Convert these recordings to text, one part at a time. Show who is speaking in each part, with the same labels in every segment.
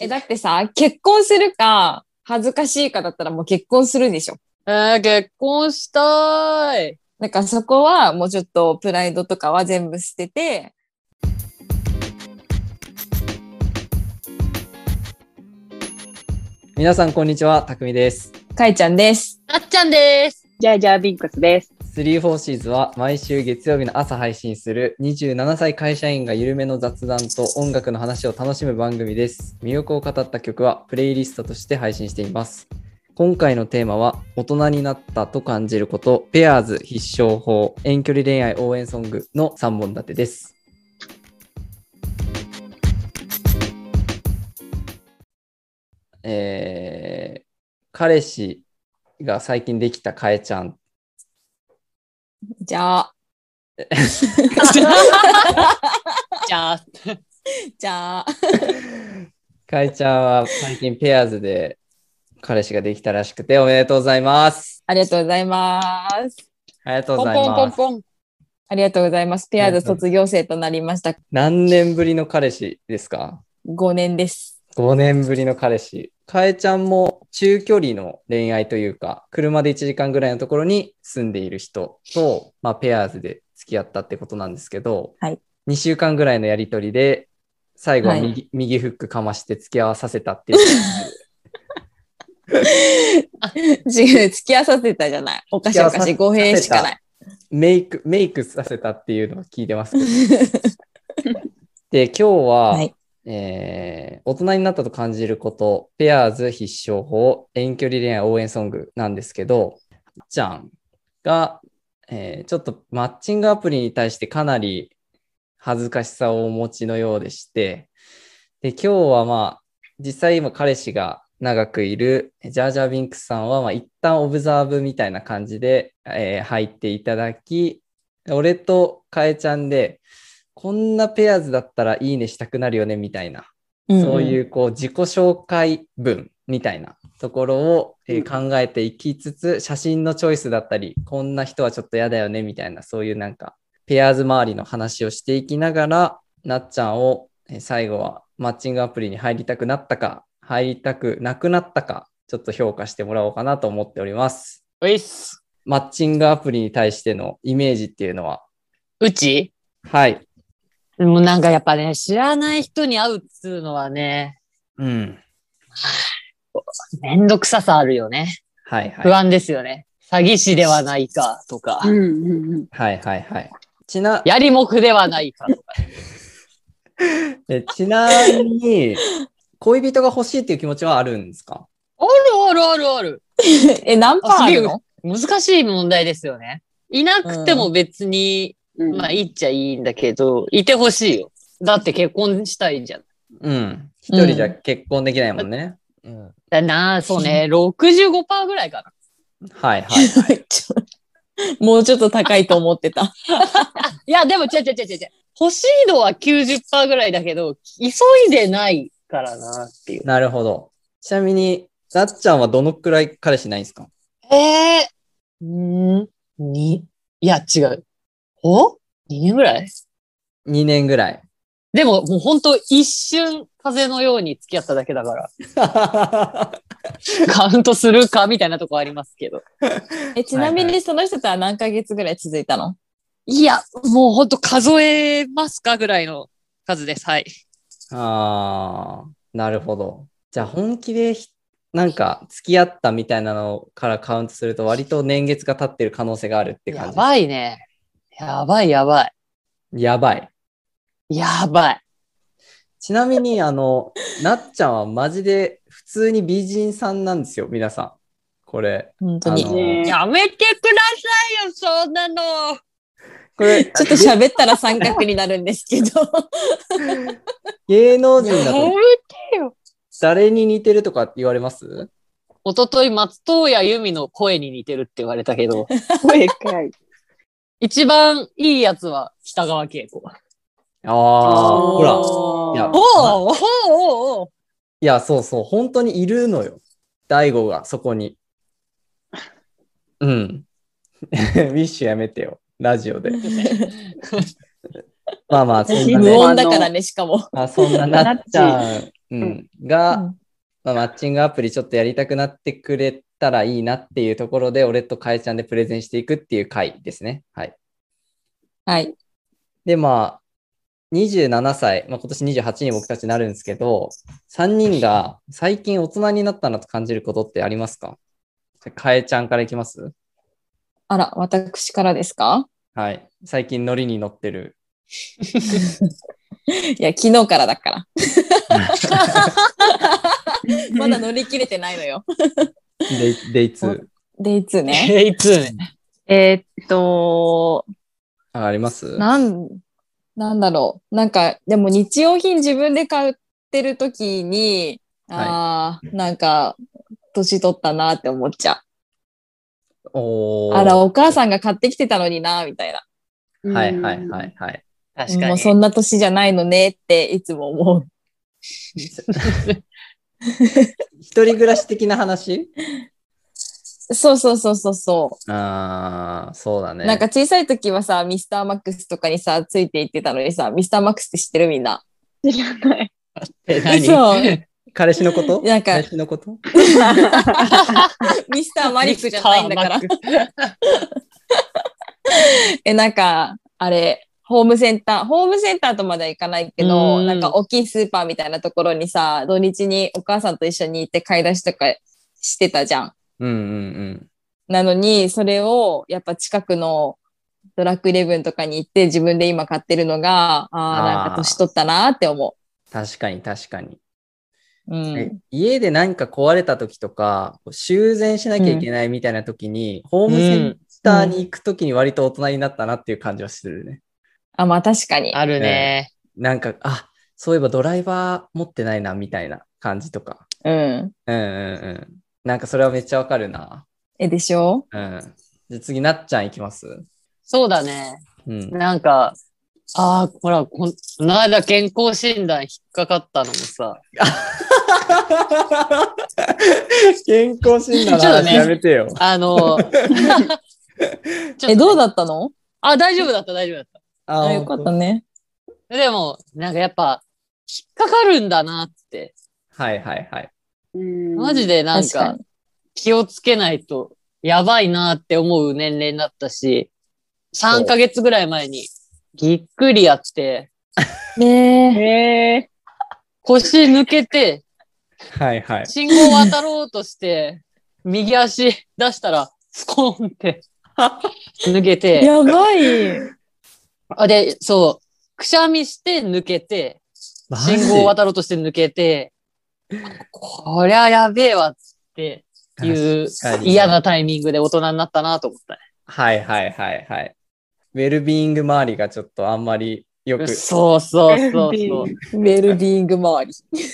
Speaker 1: え、だってさ、結婚するか、恥ずかしいかだったらもう結婚するでしょ。
Speaker 2: えー、結婚したい。
Speaker 1: なんかそこはもうちょっとプライドとかは全部捨てて、
Speaker 3: 皆さんこんにちは、たくみです。
Speaker 1: かいちゃんです。
Speaker 2: あっちゃんです。
Speaker 4: じゃあじゃあビンクスです。
Speaker 3: 3-4シーズは毎週月曜日の朝配信する27歳会社員が緩めの雑談と音楽の話を楽しむ番組です。魅力を語った曲はプレイリストとして配信しています。今回のテーマは大人になったと感じること、ペアーズ必勝法、遠距離恋愛応援ソングの3本立てです。えー、彼氏が最近できたかえちゃん
Speaker 1: じゃあ、
Speaker 2: じゃあ、
Speaker 1: じゃあ、
Speaker 3: かいちゃんは最近ペアーズで彼氏ができたらしくておめでとうございます。
Speaker 1: ありがとうございます。
Speaker 3: ありがとうご
Speaker 2: ポン
Speaker 3: ざい
Speaker 2: ポンポン
Speaker 3: ます。
Speaker 2: ポン。
Speaker 1: ありがとうございます。ペアーズ卒業生となりました。
Speaker 3: 何年ぶりの彼氏ですか
Speaker 1: 5年です。
Speaker 3: ?5 年ぶりの彼氏。かえちゃんも中距離の恋愛というか、車で1時間ぐらいのところに住んでいる人と、まあ、ペアーズで付き合ったってことなんですけど、
Speaker 1: はい
Speaker 3: 2週間ぐらいのやりとりで、最後は右,、右フックかまして付き合わさせた っていう。
Speaker 1: 違う、付き合わさせたじゃない。おかしいおかしい、
Speaker 3: 付き合
Speaker 1: 語
Speaker 3: わさ
Speaker 1: 弊しかない。
Speaker 3: メイク、メイクさせたっていうのは聞いてますけど。で、今日は、
Speaker 1: はい
Speaker 3: えー大人になったと感じること、ペアーズ必勝法、遠距離恋愛応援ソングなんですけど、あっちゃんが、えーちょっとマッチングアプリに対してかなり恥ずかしさをお持ちのようでして、で、今日はまあ、実際今彼氏が長くいるジャージャー・ビンクスさんは、まあ、一旦オブザーブみたいな感じで、えー入っていただき、俺とかえちゃんで、こんなペアーズだったらいいねしたくなるよねみたいな、そう
Speaker 1: うん。
Speaker 3: いうこう自己紹介文みたいなところを、えー考えていきつつ、写真のチョイスだったり、こんな人はちょっと嫌だよねみたいな、そういうなんかペアーズ周りの話をしていきながら、なっちゃんをえー最後はマッチングアプリに入りたくなったか、入りたくなくなったか、ちょっと評価してもらおうかなと思っております。
Speaker 2: ういっす。
Speaker 3: マッチングアプリに対してのイメージっていうのは、
Speaker 2: うち
Speaker 3: はい。
Speaker 2: もうなんかやっぱね、知らない人に会うっつうのはね、
Speaker 3: うん。
Speaker 2: めんどくささあるよね。
Speaker 3: はいはい
Speaker 2: 不。安ですよね。詐欺師ではないかとか、
Speaker 4: うんうんうん。
Speaker 3: はいはいはい。ちな、
Speaker 2: やりもくではないかとか。
Speaker 3: えちなみに、恋人が欲しいっていう気持ちはあるんですか
Speaker 2: あるあるあるある。
Speaker 1: え、何パーあるの
Speaker 2: 難しい問題ですよね。いなくても別に、
Speaker 4: うん
Speaker 2: まあいいっちゃいいんだけど、いてほしいよ。だって結婚したいじゃん。
Speaker 3: うん。一人じゃ結婚できないもんね。うん。
Speaker 2: だな、そうね、65%ぐらいかな。
Speaker 3: はいはい。
Speaker 1: ちょもうちょっと高いと思ってた。
Speaker 2: いや、でも、ちゃちゃちゃちゃちゃ。欲しいのは90%ぐらいだけど、急いでないからなっていう。
Speaker 3: なるほど。ちなみに、なっちゃんはどのくらい彼氏ないんですか
Speaker 2: ええー。んに、いや、違う。お ?2 年ぐらい
Speaker 3: ?2 年ぐらい。
Speaker 2: でも、もうほんと一瞬風のように付き合っただけ だから、カウントするかみたいなとこありますけど。
Speaker 1: え、ちなみにその人とは何ヶ月ぐらい続いたの
Speaker 2: いや、もうほんと数えますかぐらいの数です。はい。
Speaker 3: あー、なるほど。じゃあ本気でひなんか付き合ったみたいなのからカウントすると割と年月が経ってる可能性があるって感
Speaker 2: や
Speaker 3: じ。
Speaker 2: ばいね。やばいやば
Speaker 3: やばい。
Speaker 2: い。やばい。
Speaker 3: ちなみに、あの、なっちゃんはマジで普通に美人さんなんですよ、皆さん。これ。
Speaker 1: 本当に。
Speaker 3: あ
Speaker 1: ち
Speaker 3: のー
Speaker 4: ね
Speaker 2: やめてくださいよ、そんなの。
Speaker 3: これ、
Speaker 1: ょっと喋ったら三角になるんですけど。
Speaker 3: 芸能人だ
Speaker 2: や
Speaker 3: と誰に似てるとかって言われます
Speaker 2: 一昨日松任谷由実の声に似てるって言われたけど、
Speaker 4: 声かい。
Speaker 2: 一番いいやつは北川景子。
Speaker 3: ああ、
Speaker 1: ー
Speaker 3: ほら。いや
Speaker 2: おおおおお
Speaker 3: いや、そうそう、本当にいるのよ。大悟が、そこに。うん。 ウィッシュやめてよ、ラジオ で。まあまあ、そんな
Speaker 4: ね
Speaker 1: 無音だからね、しかも。
Speaker 3: あそんななっちゃんうん、
Speaker 1: う
Speaker 3: が
Speaker 1: ん、
Speaker 3: まあ、マッチングアプリちょっとやりたくなってくれたらいいなっていうところで、俺とかえちゃんでプレゼンしていくっていう回ですね。はい。
Speaker 1: はい。
Speaker 3: で、まあ、27歳、まあ、今年28に僕たちなるんですけど、3人が最近大人になったなと感じることってありますかじゃあかえちゃんからいきます
Speaker 1: あら、私からですか
Speaker 3: はい。最近ノリに乗ってる。
Speaker 1: いや、昨日からだ から。 まだ乗り切れてないのよ。
Speaker 3: デイ デイ2。
Speaker 1: デイツーね。
Speaker 2: えいつね。
Speaker 4: えーっと、
Speaker 3: ああります
Speaker 1: なん、なんだろう。なんか、でも日用品自分で買ってる時に、ああ、なんか、年取ったなって思っちゃ
Speaker 3: お
Speaker 1: う。
Speaker 3: ー
Speaker 1: あら、お母さんが買ってきてたのにな、みたいな。
Speaker 3: はいはいはいはい。
Speaker 2: 確か
Speaker 1: もう
Speaker 2: に。
Speaker 1: そんな年じゃないのねっていつも思う。
Speaker 3: 一人暮らし的な話
Speaker 1: そうそうそうそうそ
Speaker 3: ああ、そうだ
Speaker 1: う。
Speaker 3: ね。
Speaker 1: なんか小さい時はさ、ミスターマックスとかにさ、ついていってたのにさ、ミスターマックスって知ってるみんな。
Speaker 4: い。知らない。
Speaker 3: え、何
Speaker 1: そう。
Speaker 3: 彼氏のこと
Speaker 1: なんか
Speaker 3: 彼氏のこと
Speaker 1: ミスターマリックじゃないんだから
Speaker 2: ミ。スターマック
Speaker 1: え、なんか、あれ、ホームセンター、ホームセンターとまでは行かないけど、
Speaker 2: うん
Speaker 1: なんか大きいスーパーみたいなところにさ、土日にお母さんと一緒に行って買い出しとかしてたじゃん。
Speaker 3: うんうん
Speaker 1: なのに、それをやっぱ近くのドラッグイレブンとかに行って自分で今買ってるのが、ああ、
Speaker 3: あー
Speaker 1: なんか年取ったなって思
Speaker 3: うん。確かに確かに。
Speaker 1: う。う
Speaker 3: え
Speaker 1: ん。
Speaker 3: 家で何か壊れた時とか、こう修繕しなきゃいけないみたいな時に、ホームセンターに行く時に割と大人になったなっていう感じはするね。
Speaker 1: あ、まあ確かに。
Speaker 2: あるね。
Speaker 3: なんか、あ、そういえばドライバー持ってないなみたいな感じとか。
Speaker 1: うん。
Speaker 3: うんうんうん。なんかそれはめっちゃわかるな。
Speaker 1: え、でしょ
Speaker 3: うん。じゃあ次、なっちゃんいきます。
Speaker 2: そうだね。
Speaker 3: うん。
Speaker 2: なんか、ああ、ほら、こんこの間健康診断引っかかったのもさ、
Speaker 3: 健康診断の
Speaker 2: ちょっと
Speaker 3: 話
Speaker 2: ね
Speaker 3: やめてよ。
Speaker 2: あの、ちょ
Speaker 1: え、
Speaker 2: っと
Speaker 1: どうだったの
Speaker 2: あ、大丈夫だった、大丈夫だっ
Speaker 3: あ
Speaker 1: あ、よかったね。
Speaker 2: た。でも、なんかやっぱ、引っかかるんだなって。
Speaker 3: はいはいはい。
Speaker 4: マ
Speaker 2: マジでなん
Speaker 1: 確か
Speaker 2: か
Speaker 1: に。、
Speaker 2: 気をつけないとやばいなって思う年齢になったし、
Speaker 3: う
Speaker 2: 3ヶ月ぐらい前にぎっくりやって、
Speaker 1: ねえ。
Speaker 4: へえ
Speaker 2: 腰抜けて、
Speaker 3: はいはい。
Speaker 2: 信号渡ろうとして、右足出したら、スコーンって、抜けて、
Speaker 1: やばい。
Speaker 2: あで、そう、くしゃみして抜けて、
Speaker 3: マジ
Speaker 2: 信号渡ろうとして抜けて、こりゃやべえわっていう
Speaker 3: 確かに
Speaker 2: 嫌なタイミングで大人になったなと思ったね。
Speaker 3: はいはいはいはい。ウェルビーイング周りがちょっとあんまりよく、
Speaker 2: そうそうそう
Speaker 4: 便
Speaker 2: そう
Speaker 4: 利。
Speaker 1: ウェルビーイング周 り。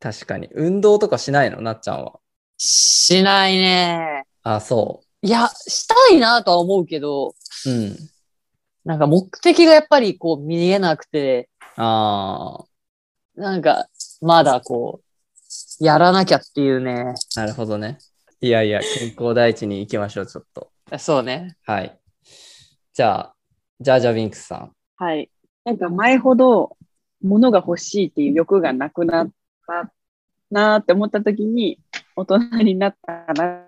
Speaker 3: 確かに。運動とかしないのなっちゃんは。
Speaker 2: しないね。
Speaker 3: あ、そ
Speaker 2: いや、したいなとは思うけど、
Speaker 3: う。うん。
Speaker 2: なんか目的がやっぱりこう見えなくて、
Speaker 3: あ
Speaker 2: なんかまだこう、やらなきゃっていうね。
Speaker 3: あ、なるほどね。いやいや、健康第一に行きましょう、ちょっと。
Speaker 2: そうね。
Speaker 3: はい。じゃあ、ジャージャービンクスさん。
Speaker 4: はい。なんか前ほど物が欲しいっていう欲がなくなったなーって思った時に大人になったな。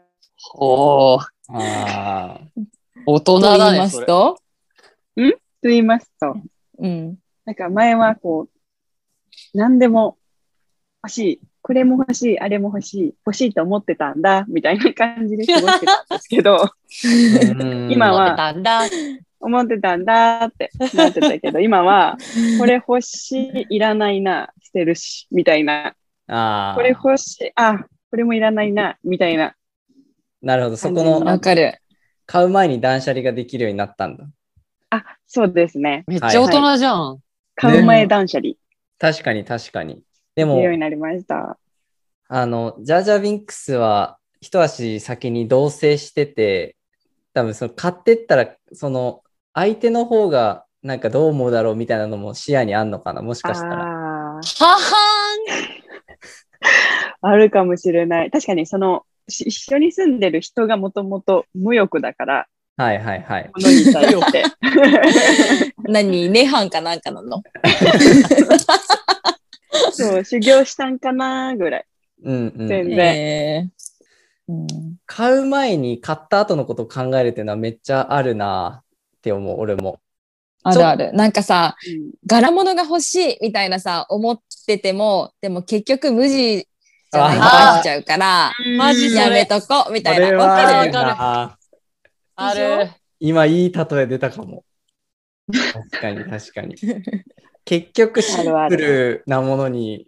Speaker 2: おお
Speaker 3: ああ、
Speaker 2: 大
Speaker 1: と
Speaker 2: 人だ
Speaker 1: 言い
Speaker 2: ね。
Speaker 1: ま
Speaker 2: そ
Speaker 1: す
Speaker 2: れ
Speaker 1: と、
Speaker 4: と言いますと、
Speaker 1: うん。
Speaker 4: なんか前はこう、何でも欲しい。これも欲しい、あれも欲しい、欲しいと思ってたんだ、みたいな感じで過ごしてたんですけど、 今は
Speaker 2: だんだん。
Speaker 4: 思ってたんだってなってたけど、今は、これ欲しい、いらないな、捨てるし、みたいな。
Speaker 3: ああ、
Speaker 4: これ欲しい、あ、これもいらないな、みたいな。
Speaker 3: なるほど。そこの
Speaker 1: わかる。
Speaker 3: 買う前に断捨離ができるようになったんだ。
Speaker 4: あ、そうですね。
Speaker 2: めっちゃ大人じゃん。
Speaker 4: 買う前断捨離、
Speaker 3: 確かに確かに。で
Speaker 4: する
Speaker 3: も
Speaker 4: よう、になりました。
Speaker 3: あの、ジャージャービンクスは一足先に同棲してて、多分その買ってったら、その相手の方がなんかどう思うだろうみたいなのも視野にあんのかな、もし
Speaker 4: あ
Speaker 3: かしたら。
Speaker 4: あー、
Speaker 2: はは
Speaker 4: あるかもしれない。確かに、その、し一緒に住んでる人がもともと無欲だから、
Speaker 3: はいはいはい。
Speaker 4: 物に対 して。
Speaker 1: 何ネハンかなんかなの
Speaker 4: そう、修行したんかなぐらい。
Speaker 3: うんうん
Speaker 4: 全然
Speaker 1: えーうん
Speaker 3: 買う前に買った後のことを考えるっていうのはめっちゃあるなって思う、俺も。
Speaker 1: あるある。なんかさ、
Speaker 4: うん
Speaker 1: 柄物が欲しいみたいなさ、思ってても、でも結局無地じゃないと
Speaker 2: あー
Speaker 1: 出しちゃうから、
Speaker 2: マジ
Speaker 1: やめとこうみたい
Speaker 3: これ
Speaker 1: な。
Speaker 3: は
Speaker 1: わか
Speaker 3: あ
Speaker 1: る
Speaker 3: るな
Speaker 2: ある。
Speaker 3: 今いい例え出たかも。確かに確 かに。結局シンプルなものに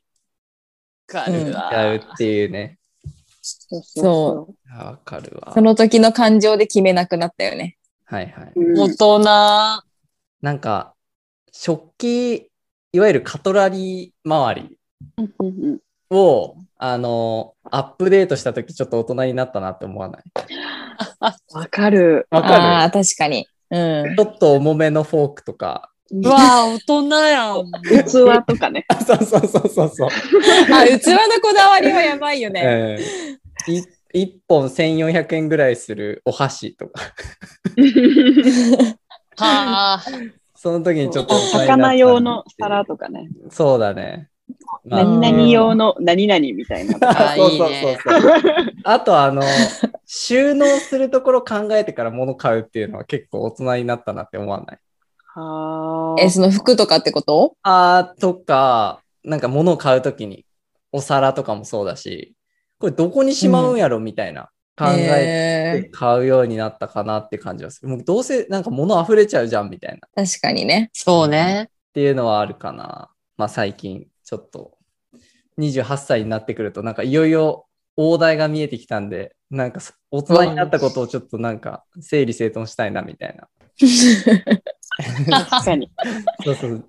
Speaker 2: わか
Speaker 1: うん
Speaker 3: や
Speaker 2: る
Speaker 3: る
Speaker 2: わ。
Speaker 3: っていうね。
Speaker 4: そう
Speaker 1: そ
Speaker 3: あわかるわ
Speaker 1: そ。の時の感情で決めなくなったよね。
Speaker 3: はいはい。
Speaker 4: う。うん
Speaker 2: 大人。
Speaker 3: なんか、食器、いわゆるカトラリー周り
Speaker 4: うんうん
Speaker 3: を、あの、アップデートしたときちょっと大人になったなって思わない
Speaker 4: わかる。
Speaker 3: わ
Speaker 1: あ
Speaker 3: か
Speaker 1: あー、確かに。うん
Speaker 3: る。ちょっと重めのフォークとか。
Speaker 2: うわー、大人や ん。
Speaker 4: 器とかね。
Speaker 3: あ そうそうそうそうそう。
Speaker 1: あ、器のこだわりはやばいよね。
Speaker 3: ええい1本1400円ぐらいするお箸とか。
Speaker 2: はあ。
Speaker 3: その時にちょっと大人になったなっ
Speaker 4: 魚
Speaker 3: ていう
Speaker 4: 用の皿とかね。
Speaker 3: そうだね。まあ
Speaker 4: 何々用の何々みたいな。
Speaker 2: あ
Speaker 3: そう
Speaker 2: いい
Speaker 3: そう
Speaker 2: ね
Speaker 3: そうそう。 あとあの、収納するところ考えてから物買うっていうのは結構大人になったなって思わない
Speaker 4: は
Speaker 1: え、その服とかってこと
Speaker 3: あーとか、なんか物を買うときに、お皿とかもそうだし、これどこにしまうんやろみたいな考えて
Speaker 1: え
Speaker 3: 買うようになったかなって感じはする。もうどうせなんか物溢れちゃうじゃんみたいな。
Speaker 1: ー確かにね。
Speaker 2: そうね。
Speaker 3: っていうのはあるかな。まあ最近、ちょっと、28歳になってくると、なんかいよいよ大台が見えてきたんで、なんかそ大人になったことをちょっとなんか整理整頓したいなみたいな。
Speaker 4: あ、確かに。
Speaker 3: そうそう。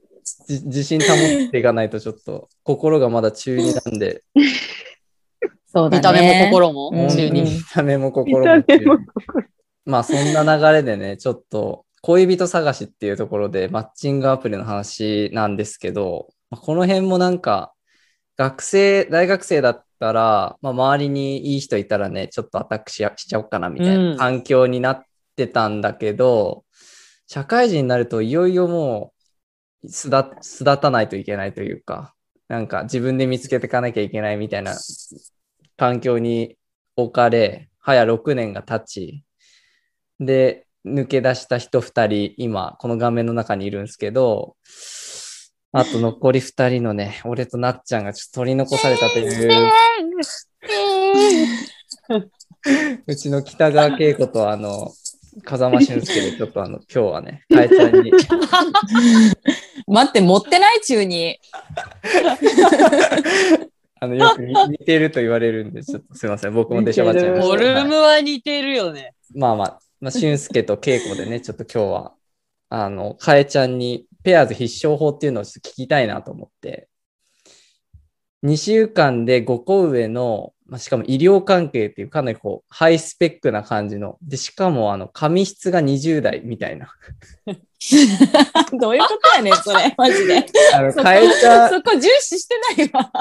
Speaker 3: じ自信保っていかないとちょっと、心がまだ中二なんで、
Speaker 1: そうだね。
Speaker 2: 見た目も心も
Speaker 1: うん
Speaker 2: 中
Speaker 1: うん
Speaker 2: に。
Speaker 3: 見た目も
Speaker 4: 見
Speaker 3: 心
Speaker 4: た
Speaker 3: も中
Speaker 4: 目
Speaker 3: 二
Speaker 4: も。
Speaker 3: まあそんな流れでね、ちょっと恋人探しっていうところでマッチングアプリの話なんですけど、まあこの辺もなんか学生、大学生だったら、まあ、周りにいい人いたらね、ちょっとアタックしやしちゃおうかなみたい
Speaker 2: うん
Speaker 3: な環境になってたんだけど、社会人になるといよいよもう巣立巣立たないといけないというか、なんか自分で見つけていかなきゃいけないみたいな環境に置かれ、早6年が経ち、で、抜け出した人2人、今、この画面の中にいるんですけど、あと残り2人のね、俺となっちゃんがちょっと取り残されたという、うちの北川景子とあの、風間俊介で、ちょっとあの、今日はね、かえちゃんに、
Speaker 1: 待って、持ってない中に。
Speaker 3: あの、よく似似てると言われるんで、ちょっとすいません、僕も出しゃばっちゃいました。
Speaker 2: ボルムは似てるよね。
Speaker 3: まあまあ、まあ、俊介と恵子でね、ちょっと今日は、あの、かえちゃんにペアーズ必勝法っていうのをちょっと聞きたいなと思って、2週間で5個上の、まあ、しかも医療関係っていうかなりこう、ハイスペックな感じの、で、しかもあの、髪質が20代みたいな。
Speaker 1: どういうことやねん、それ。マジで。
Speaker 3: あの、
Speaker 1: そこ
Speaker 3: かえち ゃん、
Speaker 1: そこ重視してないわ。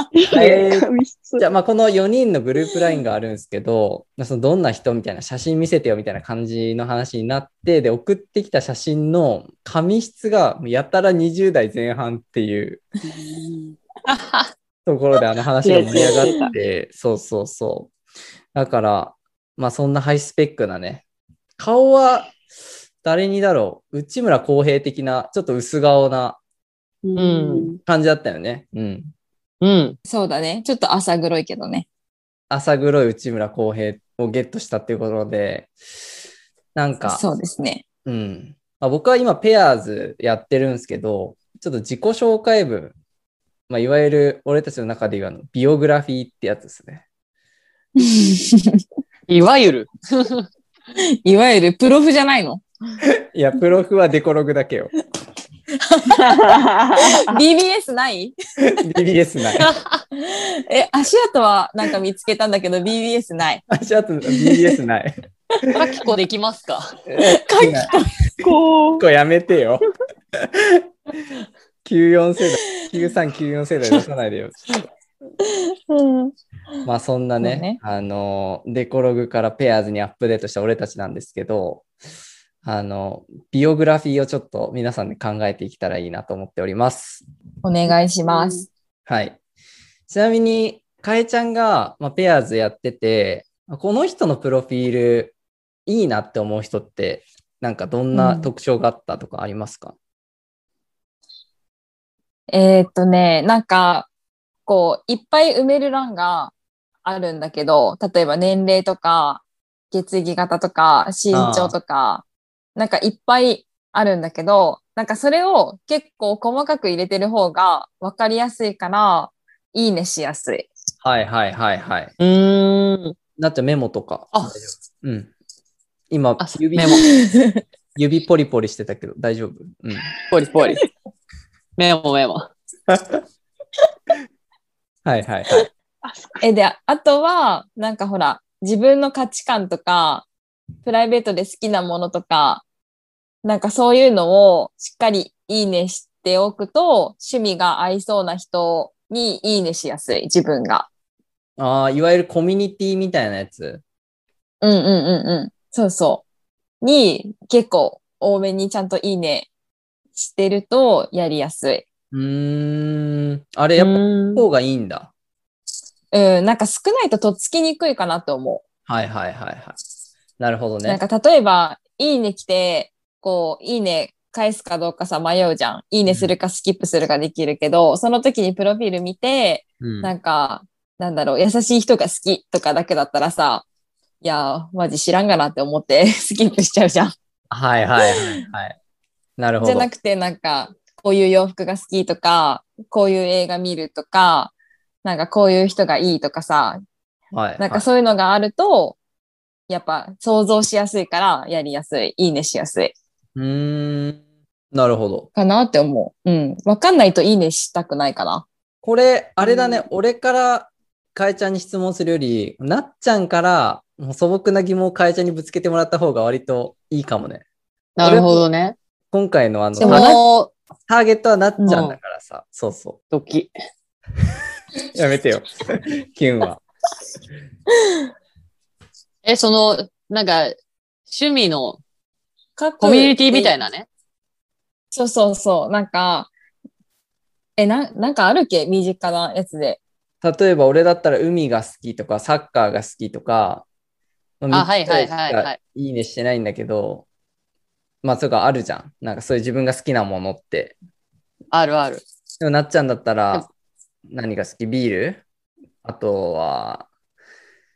Speaker 3: えー
Speaker 4: 髪質
Speaker 3: じゃあ、まあ、この4人のグループラインがあるんですけど、まあそのどんな人みたいな写真見せてよみたいな感じの話になって、で、送ってきた写真の紙質がもうやたら20代前半っていう ところであの話が盛り上がって、 そうそうそう。だから、まあ、そんなハイスペックなね、顔は誰にだろう、内村航平的な、ちょっと薄顔な
Speaker 4: うん。
Speaker 3: 感じだったよね。うん。
Speaker 2: うん。
Speaker 1: そうだね。ちょっと浅黒いけどね。
Speaker 3: 朝黒い内村航平をゲットしたっていうことで、なんか、
Speaker 1: そうですね。
Speaker 3: うんまあ、僕は今、ペアーズやってるんですけど、ちょっと自己紹介文、まあ、いわゆる俺たちの中で言うあのビオグラフィーってやつですね。
Speaker 2: いわゆる。
Speaker 1: いわゆるプロフじゃない の
Speaker 3: いや、プロフはデコログだけよ。
Speaker 1: ?BBS ない
Speaker 3: BBS ない。
Speaker 1: え、足跡はなんか見つけたんだけど BBS ない。
Speaker 3: 足跡 BBS ない。
Speaker 2: かきこできますか
Speaker 1: かき
Speaker 4: こう
Speaker 3: これやめてよ。94世代、9394世代出さないでよ。
Speaker 1: うん
Speaker 3: まあそんなね、
Speaker 1: そうね
Speaker 3: あの、デコログからペアーズにアップデートした俺たちなんですけど、あの、ビオグラフィーをちょっと皆さんで考えていけたらいいなと思っております。
Speaker 1: お願いします。
Speaker 3: はい。ちなみに、かえちゃんが、まあ、ペアーズやってて、この人のプロフィールいいなって思う人って、なんかどんな特徴があったとかありますか、
Speaker 1: えーっとね、なんか、こう、いっぱい埋める欄があるんだけど、例えば年齢とか、血液型とか、身長とか、なんかいっぱいあるんだけど、なんかそれを結構細かく入れてる方が分かりやすいから、いいねしやすい。
Speaker 3: はいはいはいはい。
Speaker 2: うーん。
Speaker 3: なっちゃんメモとか。
Speaker 2: あ
Speaker 3: 大丈夫うん。今
Speaker 2: あ、
Speaker 3: 指
Speaker 2: メモ。
Speaker 3: 指ポリポリしてたけど大丈夫うん。
Speaker 2: ポリポリ。メモメモ。
Speaker 3: はいはいはい。
Speaker 4: あそっか
Speaker 1: え、で、あとは、なんかほら、自分の価値観とか、プライベートで好きなものとか、なんかそういうのをしっかりいいねしておくと、趣味が合いそうな人にいいねしやすい、自分が。
Speaker 3: ああ、いわゆるコミュニティみたいなやつ。
Speaker 1: うんうんうんうん。そうそう。に、結構多めにちゃんといいねしてるとやりやすい。
Speaker 3: うーん。あれ、やっぱ、
Speaker 2: う
Speaker 3: 方がいいんだ。
Speaker 1: うん、なんか少ないととっつきにくいかなと思う。
Speaker 3: はいはいはいはい。なるほど
Speaker 1: なん
Speaker 3: ね。
Speaker 1: か例えば、いいね来て、こう、いいね返すかどうかさ迷うじゃん。いいねするかスキップするかできるけど、その時にプロフィール見て、
Speaker 3: うん
Speaker 1: なんか、なんだろう、優しい人が好きとかだけだったらさ、いやー、マジ知らんがなって思って スキップしちゃうじゃん。
Speaker 3: はいはいはいはい。なるほ
Speaker 1: じゃ
Speaker 3: ど。
Speaker 1: なくて、なんか、こういう洋服が好きとか、こういう映画見るとか、なんかこういう人がいいとかさ、
Speaker 3: はい、
Speaker 1: なんかそういうのがあると、やっぱ想像しやすいからやりやすい、いいねしやすい。
Speaker 3: うーん。なるほど。
Speaker 1: かなって思う。うん。わかんないといいねしたくないかな。
Speaker 3: これ、あれだね、
Speaker 4: うん
Speaker 3: 俺からかえちゃんに質問するより、なっちゃんからもう素朴な疑問をかえちゃんにぶつけてもらった方が割といいかもね。
Speaker 2: なるほどね。
Speaker 3: 今回のあの、
Speaker 1: で
Speaker 2: そ
Speaker 1: も
Speaker 3: 話
Speaker 2: の
Speaker 3: ターゲットはなっちゃんだからさ、そうそ
Speaker 2: 時。
Speaker 3: う。やめてよ、キュンは。
Speaker 2: え、その、なんか、趣味の
Speaker 1: コ
Speaker 2: コミュニティみたい。なね。
Speaker 1: そうそうそう。なんか、え、な、なんかあるっけ身近なやつで。
Speaker 3: 例えば俺だったら海が好きとか、サッカーが好きとか、
Speaker 2: あはいはいはい
Speaker 3: 3つしか
Speaker 2: はい
Speaker 3: いいねしてないんだけど、まあ、そうか、あるじゃん。なんかそういう自分が好きなものって。
Speaker 2: あるある。
Speaker 3: でもなっちゃんだった
Speaker 2: でも
Speaker 3: ら何が好きビールあとは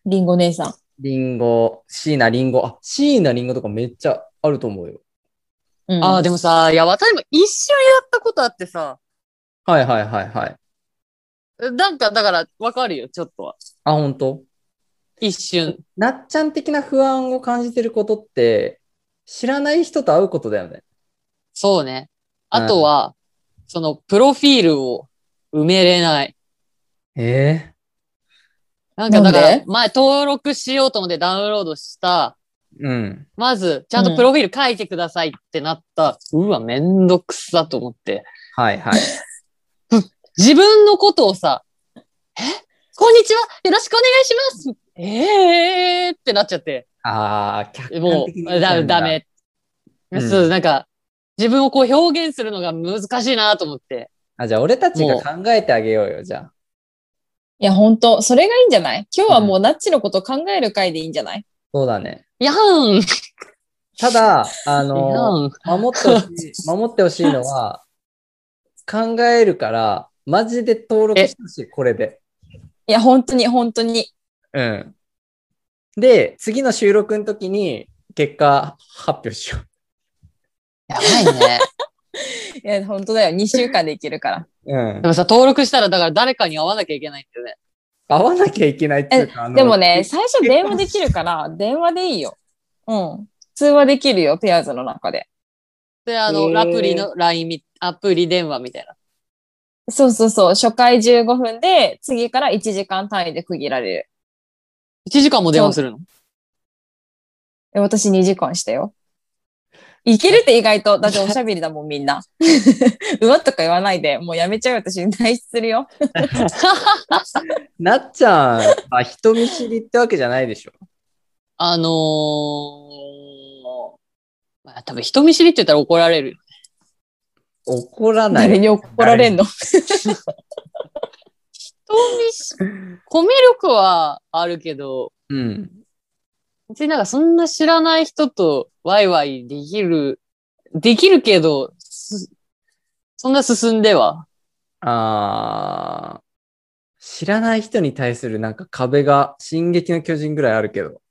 Speaker 1: リンゴ姉さん。
Speaker 3: リンゴ、シーナリンゴ。あ、シーナリンゴとかめっちゃあると思うよ。
Speaker 1: うん、
Speaker 2: ああ、でもさ、いや、私も一緒にやったことあってさ、
Speaker 3: はいはいはいはい。
Speaker 2: なんか、だから、わかるよ、ちょっとは。
Speaker 3: あ、本当
Speaker 2: 一瞬。
Speaker 3: なっちゃん的な不安を感じてることって、知らない人と会うことだよね。
Speaker 2: そうね。あとは、その、プロフィールを埋めれない。
Speaker 3: え
Speaker 2: なんか、
Speaker 1: な
Speaker 2: だ
Speaker 1: んで
Speaker 2: から、前登録しようと思ってダウンロードした、
Speaker 3: えうん。
Speaker 2: まず、ちゃんとプロフィール書いてくださいってなった。うわ、めんどくさと思って。
Speaker 3: はいはい。
Speaker 2: 自分のことをさ、えこんにちはよろしくお願いしますええー、ってなっちゃって。
Speaker 3: ああ、客観
Speaker 2: も
Speaker 3: 的に見
Speaker 2: う、
Speaker 3: ちゃ
Speaker 2: だ
Speaker 3: うんだ
Speaker 2: ダ。メ、
Speaker 3: うん
Speaker 2: そう、なんか、自分をこう表現するのが難しいなと思って。
Speaker 3: あ、じゃあ俺たちが考えてあげようよ、じゃあ。
Speaker 1: いや、本当それがいいんじゃない今日はもうナッチのこと考える回でいいんじゃない、
Speaker 3: そうだね。
Speaker 2: やんや
Speaker 3: ただ、あの、
Speaker 2: ん
Speaker 3: 守ってほしい、守ってほしいのは、考えるから、マジで登録してほしい、これで。
Speaker 1: いや、本当に、本当に。
Speaker 3: うん。で、次の収録の時に、結果発表しよ
Speaker 2: やばいね。
Speaker 1: いや、本当だよ。2週間でいけるから。
Speaker 3: う。うん
Speaker 2: で。もさ、登録したらだから誰かに会わなきゃいけないんだよね。
Speaker 3: 会わなきゃいけないっていうか、あの
Speaker 1: でもね、、最初電話できるから、電話でいいよ。うん。通話できるよ、ペアーズの中で。
Speaker 2: で、あの、
Speaker 4: へー
Speaker 2: アプリの LINE み、アプリ電話みたいな。
Speaker 1: そうそうそう。初回15分で、次から1時間単位で区切られる。
Speaker 2: 1時間も電話するの
Speaker 1: え私2時間したよ。いけるって意外と、だっておしゃべりだもんみんな。うわっとか言わないで、もうやめちゃうよ私内出するよ。
Speaker 3: なっちゃんは人見知りってわけじゃないでしょ。
Speaker 2: あのー、まあ、多分人見知りって言ったら怒られる。
Speaker 3: 怒らない
Speaker 1: 誰。に怒られんの
Speaker 2: ミし、 コミュ力はあるけど、
Speaker 3: うん。
Speaker 2: 別になんかそんな知らない人とワイワイできる、できるけど、すそんな進んでは。
Speaker 3: あー知らない人に対するなんか壁が、進撃の巨人ぐらいあるけど、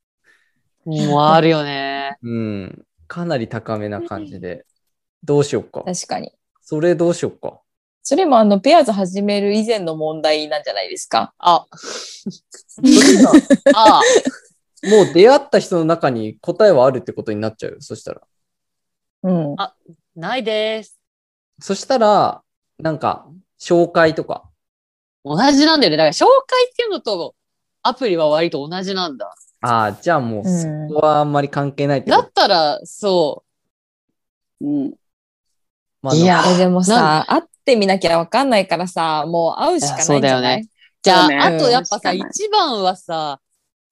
Speaker 2: もうあるよ ね。
Speaker 3: うん。かなり高めな感じで。どうしようか。
Speaker 1: 確かに。
Speaker 3: それどうしようか。
Speaker 1: それもあの、ペアーズ始める以前の問題なんじゃないですか。
Speaker 3: も
Speaker 2: あ、ああ、
Speaker 3: う出会った人の中に答えはあるってことになっちゃうよ。そしたら。
Speaker 1: うん。
Speaker 2: ないです。
Speaker 3: そしたら、なんか、紹介とか。
Speaker 2: 同じなんだよね。だから紹介っていうのとアプリは割と同じなんだ。
Speaker 3: ああ、じゃあも
Speaker 1: う
Speaker 3: う、
Speaker 1: ん
Speaker 3: そこはあんまり関係ないって
Speaker 2: だ
Speaker 3: こと
Speaker 2: ったら、そ
Speaker 4: うん。
Speaker 3: まあ
Speaker 2: いや
Speaker 1: えでも
Speaker 2: な
Speaker 1: さ、会ってみなきゃわかんないからさ、もう会うしかないんじゃない
Speaker 2: いやじゃあ、
Speaker 4: そうね
Speaker 2: あとやっぱさ、
Speaker 4: うん
Speaker 2: 一番はさ、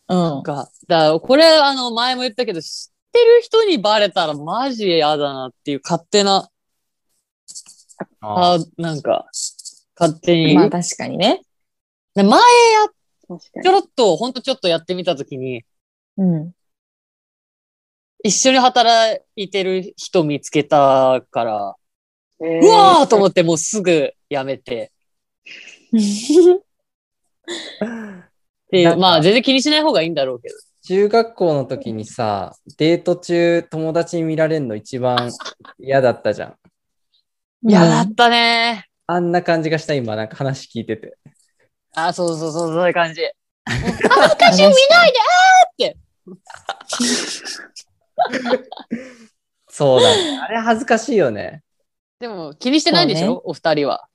Speaker 1: う
Speaker 2: なん
Speaker 1: ん。
Speaker 2: か、だからこれ、あの、前も言ったけど、知ってる人にバレたらマジ嫌だなっていう勝手な、
Speaker 3: あ
Speaker 2: あなんか、勝手に。
Speaker 1: まあ確かにね。
Speaker 2: で前、
Speaker 4: 確か
Speaker 2: ちょ
Speaker 4: に。
Speaker 2: ろっと、ほんとちょっとやってみたときに、
Speaker 1: うん。
Speaker 2: 一緒に働いてる人見つけたから、
Speaker 4: えー
Speaker 2: うわーと思ってもうすぐ辞めて。で
Speaker 3: なんか
Speaker 2: まあ全然気にしない方がいいんだろうけど。
Speaker 3: 中学校の時にさ、デート中友達に見られるの一番嫌だったじゃん。
Speaker 2: 嫌だったね
Speaker 3: あんな感じがした今、なんか話聞いてて。
Speaker 2: あ、そうそうそう、そういう感じ。
Speaker 1: 昔見ない
Speaker 3: そうだ、 ね。あれ恥ずかしいよね。
Speaker 2: でも気にしてないでし
Speaker 1: そ
Speaker 2: ょ、
Speaker 1: う
Speaker 2: お二人は。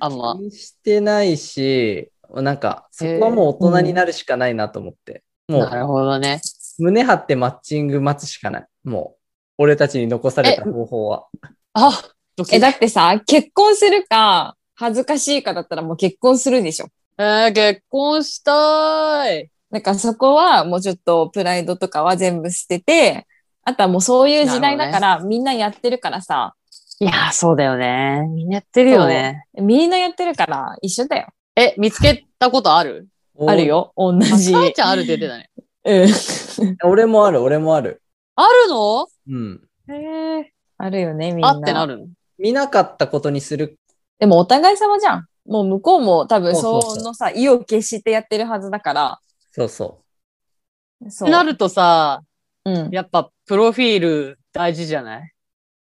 Speaker 2: あんま
Speaker 3: 気。にしてないし、なんか、そこはもう大人になるしかないなと思って。も
Speaker 2: な
Speaker 3: う、
Speaker 2: るほどね。
Speaker 3: 胸張ってマッチング待つしかない。もう、俺たちに残された方法は。
Speaker 2: あ、ドキ
Speaker 1: え、
Speaker 2: ッ
Speaker 1: だってさ、結婚するか、恥ずかしいかだったらもう結婚するでしょ。
Speaker 2: えー、結婚したい。
Speaker 1: だからそこはもうちょっとプライドとかは全部捨てて、あとはもうそういう時代だから、みんなやってるからさ、
Speaker 2: いやー、そうだよね。みんなやってるよね。
Speaker 1: みんなやってるから一緒だよ。
Speaker 2: え、見つけたことある
Speaker 1: ある。よ、同
Speaker 2: あ、
Speaker 1: じ。
Speaker 2: さえち
Speaker 1: う
Speaker 2: ゃんあるって言ってたね。
Speaker 1: ん。
Speaker 3: 俺もある、俺もある。
Speaker 2: あるの
Speaker 3: うん。
Speaker 2: へえ。
Speaker 1: あるよね、みんな。
Speaker 2: あってなるの
Speaker 3: 見なかったことにする。
Speaker 1: でもお互い様じゃん。もう向こうも多分
Speaker 3: そうそうそう
Speaker 1: そのさ、意を決してやってるはずだから。
Speaker 3: そうそ
Speaker 1: そ
Speaker 2: って
Speaker 1: う。
Speaker 2: なるとさ、
Speaker 1: うん。
Speaker 2: やっぱプロフィール大事じゃない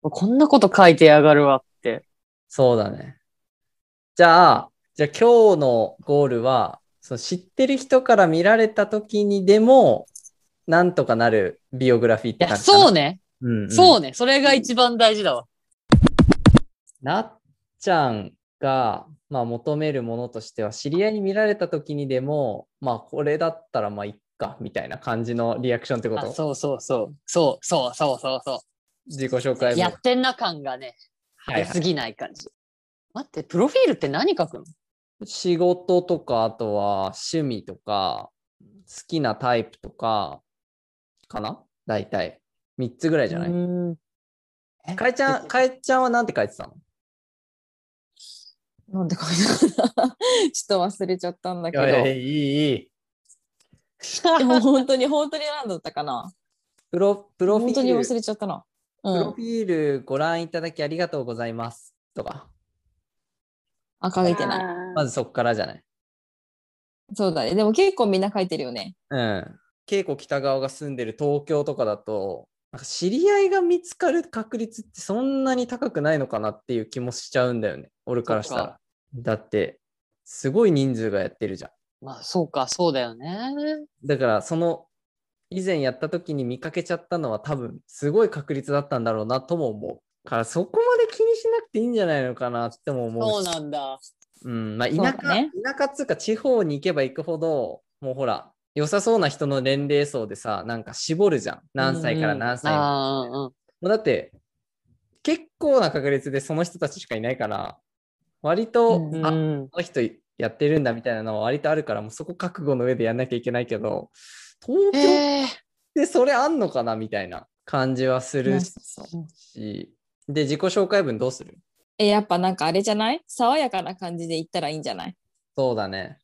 Speaker 2: こんなこと書いてやがるわって。
Speaker 3: う。そうだね。じゃあ、じゃあ今日のゴールは、その知ってる人から見られた時にでも、なんとかなるビオグラフィーっ
Speaker 2: い
Speaker 3: て
Speaker 2: や、
Speaker 3: 感じかな。
Speaker 2: そうね。
Speaker 3: うんうん
Speaker 2: そうね。それが一番大事だわ。
Speaker 3: なっちゃんが、まあ、求めるものとしては、知り合いに見られた時にでも、まあ、これだったらまあ、いっか、みたいな感じのリアクションってこ
Speaker 2: あ
Speaker 3: と
Speaker 2: そうそうそう。そうそうそうそうそ
Speaker 3: 自己紹介
Speaker 2: う。
Speaker 3: 文
Speaker 2: やってんな感がね、
Speaker 3: はい
Speaker 2: 出
Speaker 3: は
Speaker 2: す
Speaker 3: い、
Speaker 2: ぎない感じ。待って、プロフィールって何書くの
Speaker 3: 仕事とか、あとは趣味とか、好きなタイプとか、かな大体。3つぐらいじゃな
Speaker 2: う
Speaker 3: い
Speaker 2: ーんえ
Speaker 3: かえちゃん、かえちゃんはなんて書いてたの
Speaker 1: なんでこれなんだ ちょっと忘れちゃったんだけど。
Speaker 3: いい、いい。
Speaker 1: でも本当に、本当に何だったかな。
Speaker 3: プロ、プロフィ
Speaker 1: 本当に
Speaker 3: ール、
Speaker 1: 忘
Speaker 3: プ
Speaker 1: れちゃったな。う
Speaker 3: ロ
Speaker 1: ん。
Speaker 3: フィールご覧いただきありがとうございます。とか、
Speaker 1: あ、書いてない。
Speaker 3: ま
Speaker 4: い。
Speaker 3: ずそこからじゃない
Speaker 1: そうだね。でも結構みんな書いてるよね。
Speaker 3: うん。稽古北側が住んでる東京とかだと、なんか知り合いが見つかる確率ってそんなに高くないのかなっていう気もしちゃうんだよね。俺からした
Speaker 2: そっ
Speaker 3: ら。だって、すごい人数がやってるじゃん。
Speaker 2: まあ、そうか、そうだよね。
Speaker 3: だから、その、以前やった時に見かけちゃったのは多分、すごい確率だったんだろうなとも思う。から、そこまで気にしなくていいんじゃないのかなっても思うし。
Speaker 2: そうなんだ。
Speaker 3: うん、まあ田
Speaker 1: そう
Speaker 3: 舎、
Speaker 1: だね
Speaker 3: 田舎っつうか地方に行けば行くほど、もうほら、良さそうな人の年齢層でさ、なんか絞るじゃん。何歳から何歳。も
Speaker 2: ああ、うん。
Speaker 3: うだって、結構な確率でその人たちしかいないから、割と、
Speaker 1: うん
Speaker 3: あ、こ
Speaker 2: うん
Speaker 3: の人やってるんだみたいなのは割とあるから、もうそこ覚悟の上でやんなきゃいけないけど、東京っ
Speaker 2: へえ。
Speaker 3: てそれあんのかなみたいな感じはするし、
Speaker 1: そう
Speaker 3: で、自己紹介文どうする
Speaker 1: え、やっぱなんかあれじゃない爽やかな感じで言ったらいいんじゃない
Speaker 3: そうだね。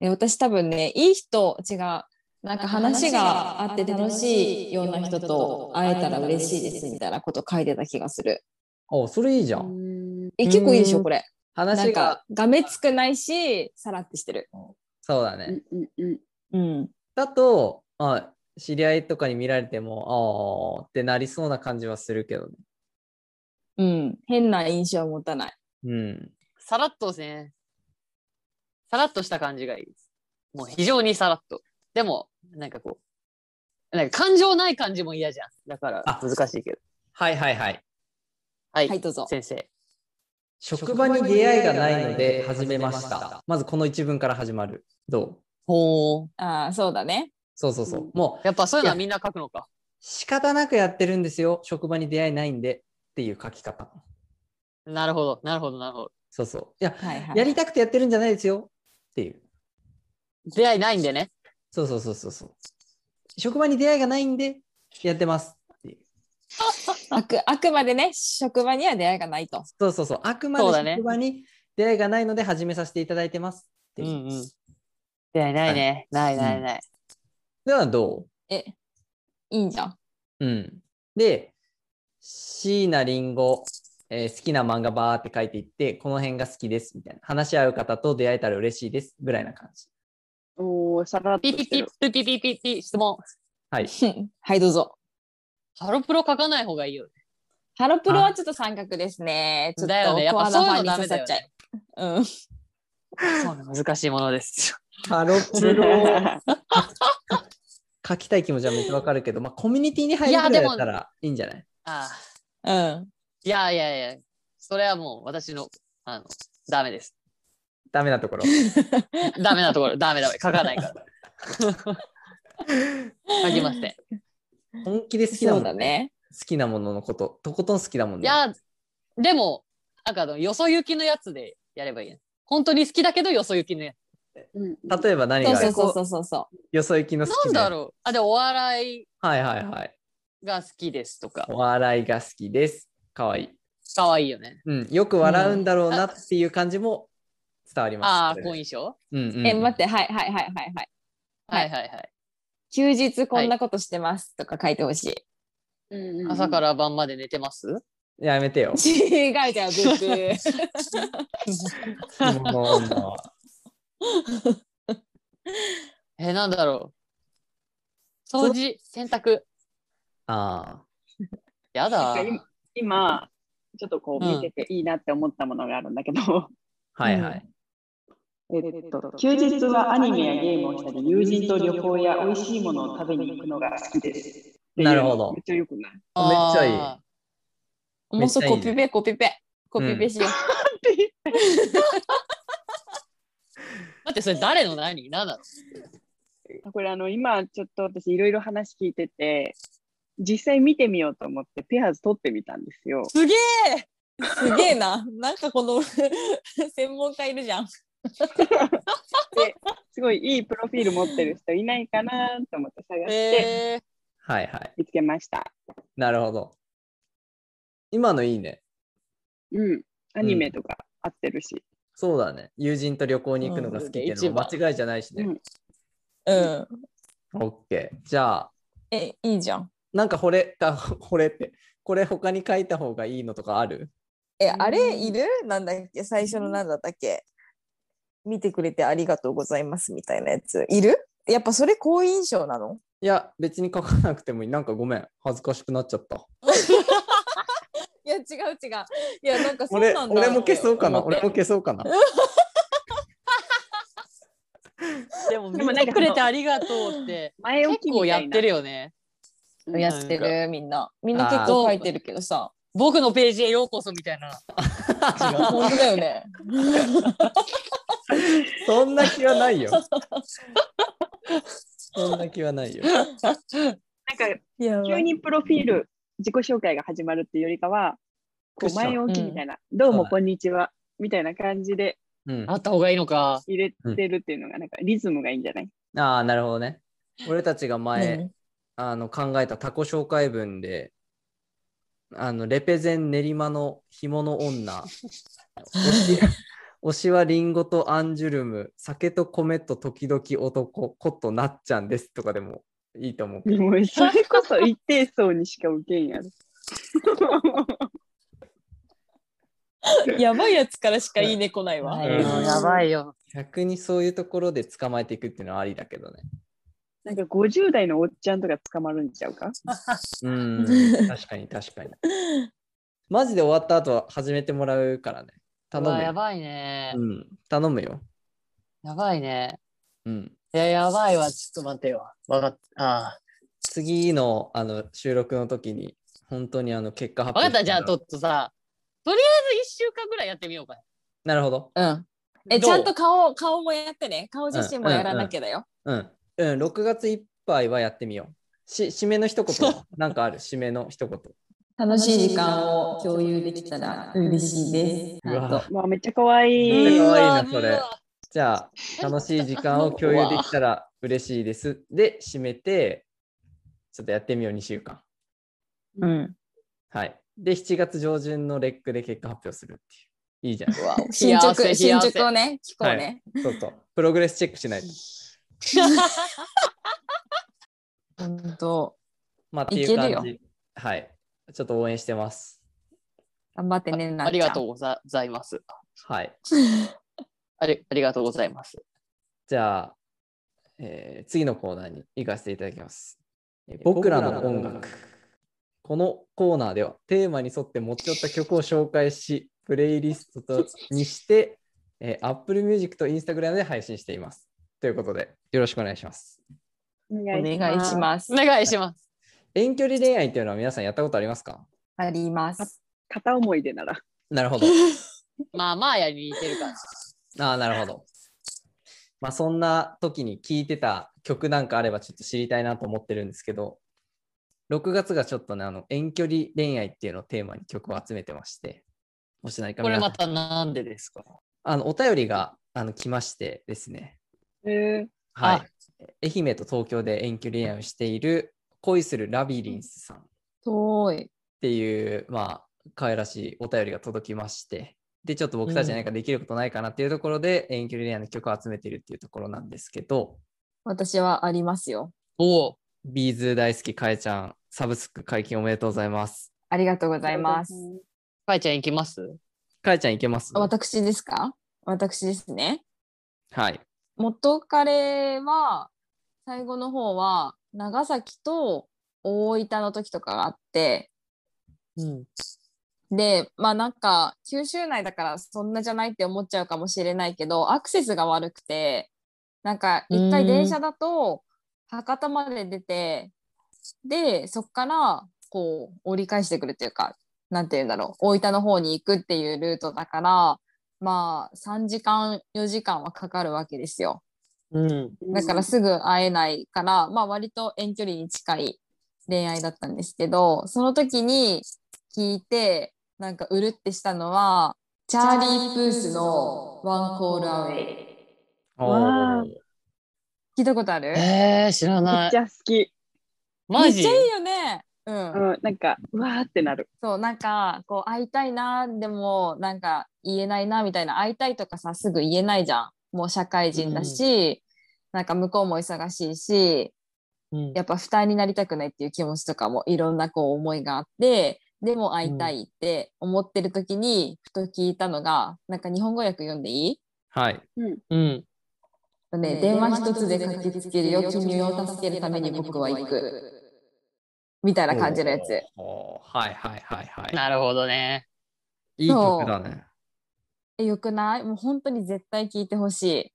Speaker 1: で私多分ね、いい人、違う。なんか話があって楽しいような人と会えたら嬉しいですみたいなこと書いてた気がする。
Speaker 3: おそれいいじゃん。
Speaker 2: ん。
Speaker 1: え、結構いいでしょ、これ。な
Speaker 3: 話
Speaker 1: ん
Speaker 3: が、
Speaker 1: か、がめつくないし、さらってしてる。
Speaker 3: そうだね。
Speaker 4: うんうん
Speaker 1: うん。
Speaker 3: だと、まあ、知り合いとかに見られても、ああってなりそうな感じはするけどね。
Speaker 1: うん。変な印象は持たない。
Speaker 3: うん。
Speaker 2: さらっとですね。さらっとした感じがいいです。もう非常にさらっと。でも、なんかこう、なんか感情ない感じも嫌じゃん。だから
Speaker 3: あ
Speaker 2: 難しいけど。
Speaker 3: はいはいはい。
Speaker 2: はい、
Speaker 1: はい、どうぞ。
Speaker 2: 先生。
Speaker 3: 職場に出会いがないので始めました。まずこの一文から始まる。どう
Speaker 2: ほう。
Speaker 1: ああ、そうだね。
Speaker 3: そうそうそう
Speaker 4: うん。
Speaker 3: もう、
Speaker 2: やっぱそういうのはみんな書くのか。
Speaker 3: 仕方なくやってるんですよ。職場に出会いないんでっていう書き方。
Speaker 2: なるほど、なるほど、なるほど。
Speaker 3: そうそう。いや、
Speaker 1: はいはい。
Speaker 3: やりたくてやってるんじゃないですよっていう。
Speaker 2: 出会いないんでね。
Speaker 3: そうそうそうそうそう。職場に出会いがないんでやってますっていう。
Speaker 1: あくあくまでね、職場には出会いがないと。
Speaker 3: そうそうそう。あくま
Speaker 2: そうだ
Speaker 3: で
Speaker 2: ね
Speaker 3: 職場に出会いがないので始めさせていただいてますって
Speaker 2: う
Speaker 3: いう。
Speaker 2: んうん。出会いないね。ないないない。
Speaker 3: ではど
Speaker 1: え、いいんじゃん。
Speaker 3: ううん。で、椎名林檎、えー好きな漫画バーって書いていって、この辺が好きですみたいな。話し合う方と出会えたら嬉しいですぐらいな感じ。
Speaker 4: うん。おー、さらっと
Speaker 2: ピ
Speaker 4: し
Speaker 2: ピ
Speaker 4: て
Speaker 2: ピ
Speaker 4: る。
Speaker 2: ピピピピピ質問。
Speaker 3: はい。
Speaker 1: はい、どうぞ。
Speaker 2: ハロプロ書かない方がいいよね。
Speaker 1: ハロプロはちょっと三角ですね。ちょっ
Speaker 2: だよねや
Speaker 1: と
Speaker 2: っ
Speaker 1: コ
Speaker 2: ぱ
Speaker 1: アな
Speaker 2: そ
Speaker 1: ファン
Speaker 2: ういうの
Speaker 1: に刺
Speaker 2: ダメ
Speaker 1: さ
Speaker 2: だ
Speaker 1: っ
Speaker 2: よ
Speaker 1: ちゃ
Speaker 2: ね。
Speaker 1: う。うん。
Speaker 2: そうね、難しいものですよ。
Speaker 3: ハロプロ書きたい気持ちはめっちゃわかるけど、まあコミュニティに入るぐらいだったらいいんじゃない
Speaker 2: ああ。
Speaker 1: うん。
Speaker 2: いやいやいや、それはもう私の、あの、ダメです。
Speaker 3: ダメなところ。
Speaker 2: ダメなところ、ダメダメ、書かないから。 書きません。い
Speaker 3: 本気で好きな
Speaker 1: そ
Speaker 3: も
Speaker 1: う
Speaker 3: の、
Speaker 1: だね。
Speaker 3: 好きなもののこと、とことん好きだもんね。
Speaker 2: や、でも、なんかあの、よそ行きのやつでやればいいね。本当に好きだけど、よそ行きのやつ。
Speaker 4: うん
Speaker 3: 例えば何
Speaker 1: そう
Speaker 3: があ
Speaker 1: そ
Speaker 3: る
Speaker 1: うそうそうそうそう。
Speaker 3: よそ行きの好
Speaker 2: な
Speaker 3: き
Speaker 2: ん
Speaker 3: なや
Speaker 2: だろう。あ、で、お笑
Speaker 3: つはいはいはい。
Speaker 2: いが好きですとか。
Speaker 3: お笑いが好きです。かわいい。
Speaker 2: かわいいよね。
Speaker 3: うん、よく笑うんだろうなっていう感じも伝わります。
Speaker 2: ああ、
Speaker 3: こ
Speaker 2: 好
Speaker 3: れ
Speaker 2: 印象
Speaker 3: うんうん、
Speaker 1: え、待って、はいはいはいはいはい。は
Speaker 2: はいいはいはい。
Speaker 1: 休日こんなことしてますとか書いてほしい。。
Speaker 4: うんうん
Speaker 2: 朝から晩まで寝てます
Speaker 3: やめてよ
Speaker 1: 違うじゃん、 別。
Speaker 3: もうも
Speaker 2: え、なんだろう。掃除、洗濯。
Speaker 3: うあ
Speaker 2: やだ
Speaker 4: な。んか今、ちょっとこう
Speaker 2: うん
Speaker 4: 見てていいなって思ったものがあるんだけど、
Speaker 3: あ、はいはい。
Speaker 4: えっと、休日はアニメやゲームをしたり、友人と旅行や美味しいものを食べに行くのが好きです。
Speaker 3: なるほど
Speaker 4: めっちゃよくない
Speaker 3: めっちゃいい
Speaker 2: あ
Speaker 1: もうそコピペ、コピペ。コピペしよ
Speaker 2: ー。待って、それ誰の何何だろう
Speaker 4: これあの、今ちょっと私いろいろ話聞いてて、実際見てみようと思って、ペアーズ撮ってみたんですよ
Speaker 1: う。。すげえすげえな。なんかこの 専門家いるじゃん。
Speaker 4: すごいいいプロフィール持ってる人いないかなと思って探して
Speaker 2: え
Speaker 3: はいはい。
Speaker 4: 見つけました。
Speaker 3: なるほど。今のいいね。
Speaker 4: うん。アニメとか合ってるし。
Speaker 3: そうだね。友人と旅行に行くのが好きっていうのは
Speaker 2: うん
Speaker 3: 間違いじゃないしね。
Speaker 1: うん。
Speaker 3: オッケー。じゃあ、
Speaker 1: え、いいじゃん。
Speaker 3: なんかこれ、あこれって、これ他に書いた方がいいのとかある
Speaker 1: え、あれいるなんだっけ最初のなんだったっけ見てくれてありがとうございますみたいなやつ。いるやっぱそれ好印象なの
Speaker 3: いや、別に書かなくてもいい。なんかごめん。恥ずかしくなっちゃった。
Speaker 1: いや違う違う。いやなんかそうなん
Speaker 3: 俺
Speaker 1: だ
Speaker 3: 俺も消そうかな。
Speaker 1: と思っ
Speaker 3: 俺
Speaker 1: て
Speaker 3: も消そうかな。
Speaker 2: ー、でも
Speaker 4: で
Speaker 2: 見
Speaker 4: もなんか
Speaker 2: てくれてありがとうって、
Speaker 4: 前置
Speaker 2: 結
Speaker 4: きみ
Speaker 2: 構
Speaker 4: た
Speaker 2: や
Speaker 4: い
Speaker 2: っ
Speaker 4: な
Speaker 2: てるよね。
Speaker 4: うん
Speaker 1: やってるみんな。みんな結構書いてるけどさ。
Speaker 2: 僕のページへようこそみたいな。
Speaker 3: 違う
Speaker 1: 本当だよね。
Speaker 3: そんな気 はないよ。そんな気はないよ。
Speaker 4: なんか
Speaker 1: いや
Speaker 4: 急にプロフィール、自己紹介が始まるっていうよりかは、
Speaker 3: ク
Speaker 4: こ
Speaker 3: ッ
Speaker 4: う
Speaker 3: ション
Speaker 4: 前置きみたいな、どうもこんにちは、みたいな感じで
Speaker 3: うん、
Speaker 2: あ
Speaker 3: あ
Speaker 2: った方がいいのか。
Speaker 4: 入れてるっていうのが、なんかリズムがいいんじゃない
Speaker 3: あー、なるほどね。俺たちが前、
Speaker 1: 何
Speaker 3: あの考えたタコ紹介文で、 あのレペゼン練馬の紐の女、教推しはリンゴとアンジュルム、酒と米と時々男、コットなっちゃんですとかでもいいと思うけど。
Speaker 4: でもそれこそ一定層にしか受けんやろ。
Speaker 1: やばいやつからしかいいね来ないわ。
Speaker 2: ないよ
Speaker 3: うん
Speaker 2: やばいよ。
Speaker 3: 逆にそういうところで捕まえていくっていうのはありだけ どね。
Speaker 4: なんか50代のおっちゃんとか捕まるんちゃうか
Speaker 3: うん、確かに確かに。マジで終わった後は始めてもらうからね。頼
Speaker 2: うわ
Speaker 3: む
Speaker 2: や
Speaker 3: よ。
Speaker 2: ばいね
Speaker 3: う。ん、頼むよ。
Speaker 2: やばいね。
Speaker 3: うん。
Speaker 2: いや、やばいわ。ちょっと待ってよ。わかった。ああ。
Speaker 3: 次のあの収録の時に、本当にあの結果発
Speaker 2: わ
Speaker 3: 表
Speaker 2: かった。じゃあ、
Speaker 3: した
Speaker 2: ち
Speaker 3: ら
Speaker 2: ょっとさ、とりあえず1週間ぐらいやってみようか。
Speaker 3: なるほど。
Speaker 1: うん。え、
Speaker 2: ど
Speaker 1: ち
Speaker 2: う
Speaker 1: ゃんと顔、顔もやってね。顔自身もやらなきゃだよ。
Speaker 3: うん。うん、6月いっぱいはやってみよう。し、締めの一言は、なんかある、締めの一 言。
Speaker 1: 楽しい時間を共有できたら嬉しいです。
Speaker 3: うわ
Speaker 1: あと
Speaker 4: まあめっちゃ可愛
Speaker 3: めっち
Speaker 4: い
Speaker 3: ゃ
Speaker 4: い。
Speaker 3: 可愛いな
Speaker 2: うわ
Speaker 3: それ
Speaker 2: うわ
Speaker 3: じゃあ、楽しい時間を共有できたら嬉しいです。で、締めて、ちょっとやってみよう、2週間。
Speaker 1: うん。
Speaker 3: はい。で、7月上旬のレックで結果発表するっていう。いいじゃ ない。
Speaker 1: 進
Speaker 2: 幸せ
Speaker 1: 捗、進
Speaker 2: 幸せ
Speaker 1: 捗をね、聞こうね。
Speaker 3: そうそう。プログレスチェックしないと。
Speaker 1: 本当
Speaker 3: まあ、っていう
Speaker 1: い
Speaker 3: 感
Speaker 1: け
Speaker 3: じ。はい。ちょっと応援してます。
Speaker 1: 頑張ってね、な
Speaker 2: ありがとう
Speaker 1: う。
Speaker 2: ござございます。
Speaker 3: はい。
Speaker 2: ありありがとうございます。
Speaker 3: じゃあ、えー次のコーナーに行かせていただきます。えー僕らの音楽。このコーナーではテーマに沿って持ち寄った曲を紹介し、プレイリストとにして、えー Apple Music と Instagram で配信しています。ということで、よろしくお願いします。
Speaker 4: お
Speaker 1: お願いし
Speaker 4: す。
Speaker 1: ます
Speaker 2: お。願いします。
Speaker 3: 遠距離恋愛っていうのは皆さんやったことありますか
Speaker 1: あります。
Speaker 4: 片思いでなら。
Speaker 3: なるほど。
Speaker 2: まあまあやに似てるから。
Speaker 3: ああ、なるほど。まあ、そんな時に聴いてた曲なんかあればちょっと知りたいなと思ってるんですけど、6月がちょっとね、あの遠距離恋愛っていうのをテーマに曲を集めてまして、もし何か
Speaker 2: これ
Speaker 3: 皆さ
Speaker 2: ま
Speaker 3: ん
Speaker 2: たなんでですか
Speaker 3: あのお便りがあの来ましてですね、
Speaker 4: えー、
Speaker 3: はい。愛媛と東京で遠距離恋愛をしている恋するラビリンスさんっ
Speaker 1: 遠い。
Speaker 3: ていう、まあ、可愛らしいお便りが届きまして、で、ちょっと僕たちに何かできることないかなっていうところで、遠距離恋愛の曲を集めてるっていうところなんですけど、
Speaker 1: 私はありますよ。
Speaker 2: おお。
Speaker 3: ビーズ大好き、かえちゃん、サブスク解禁おめでとうございます。
Speaker 1: ありがとうご
Speaker 4: ご
Speaker 1: ざいます。。
Speaker 2: かいちゃん行きます
Speaker 3: かえちゃん、いけます
Speaker 1: 私ですか私ですね。
Speaker 3: はい。
Speaker 1: 元彼は最後の方は長崎と大分の時とかがあって
Speaker 2: うん。
Speaker 1: でまあなんか九州内だからそんなじゃないって思っちゃうかもしれないけどアクセスが悪くてなんか一回電車だと博多まで出てでそっからこう折り返してくるっていうかなんて言うんだろう大分の方に行くっていうルートだからまあ3時間4時間はかかるわけですよ。
Speaker 2: うん。
Speaker 1: だからすぐ会えないから、まあ割と遠距離に近い恋愛だったんですけど、その時に聞いて、なんかうるってしたのは、チャーリー・プースのワンコールアウェイ。
Speaker 3: お
Speaker 4: わー
Speaker 3: ー
Speaker 1: 聞いたことある
Speaker 2: えー、知ら
Speaker 4: め
Speaker 2: な
Speaker 4: っ
Speaker 2: い
Speaker 4: ち。ゃ好き。
Speaker 1: め
Speaker 2: マ
Speaker 1: っ
Speaker 2: ジ
Speaker 1: ちゃいいよね。うん。
Speaker 4: うん、なんか、うわーってなる。
Speaker 1: そう、なんか、こう、会いたいな、でも、なんか、言えないな、みたいな、会いたいとかさ、すぐ言えないじゃん。もう社会人だし、なんか向こうも忙しいし、
Speaker 2: うん
Speaker 1: やっぱ負担になりたくないっていう気持ちとかもいろんなこう思いがあって、でも会いたいって思ってる時に、ふと聞いたのが、なんか日本語訳読んでいい
Speaker 3: はい。
Speaker 2: うん。
Speaker 1: ね、電話一つで駆けつけるよ、君を助けるために僕は行く。みたいな感じのやつ。
Speaker 3: おー。はいはいはいは
Speaker 2: なるほどね。
Speaker 3: い。いい曲だね。
Speaker 1: え、よくないもう本当に絶対聞いてほしい。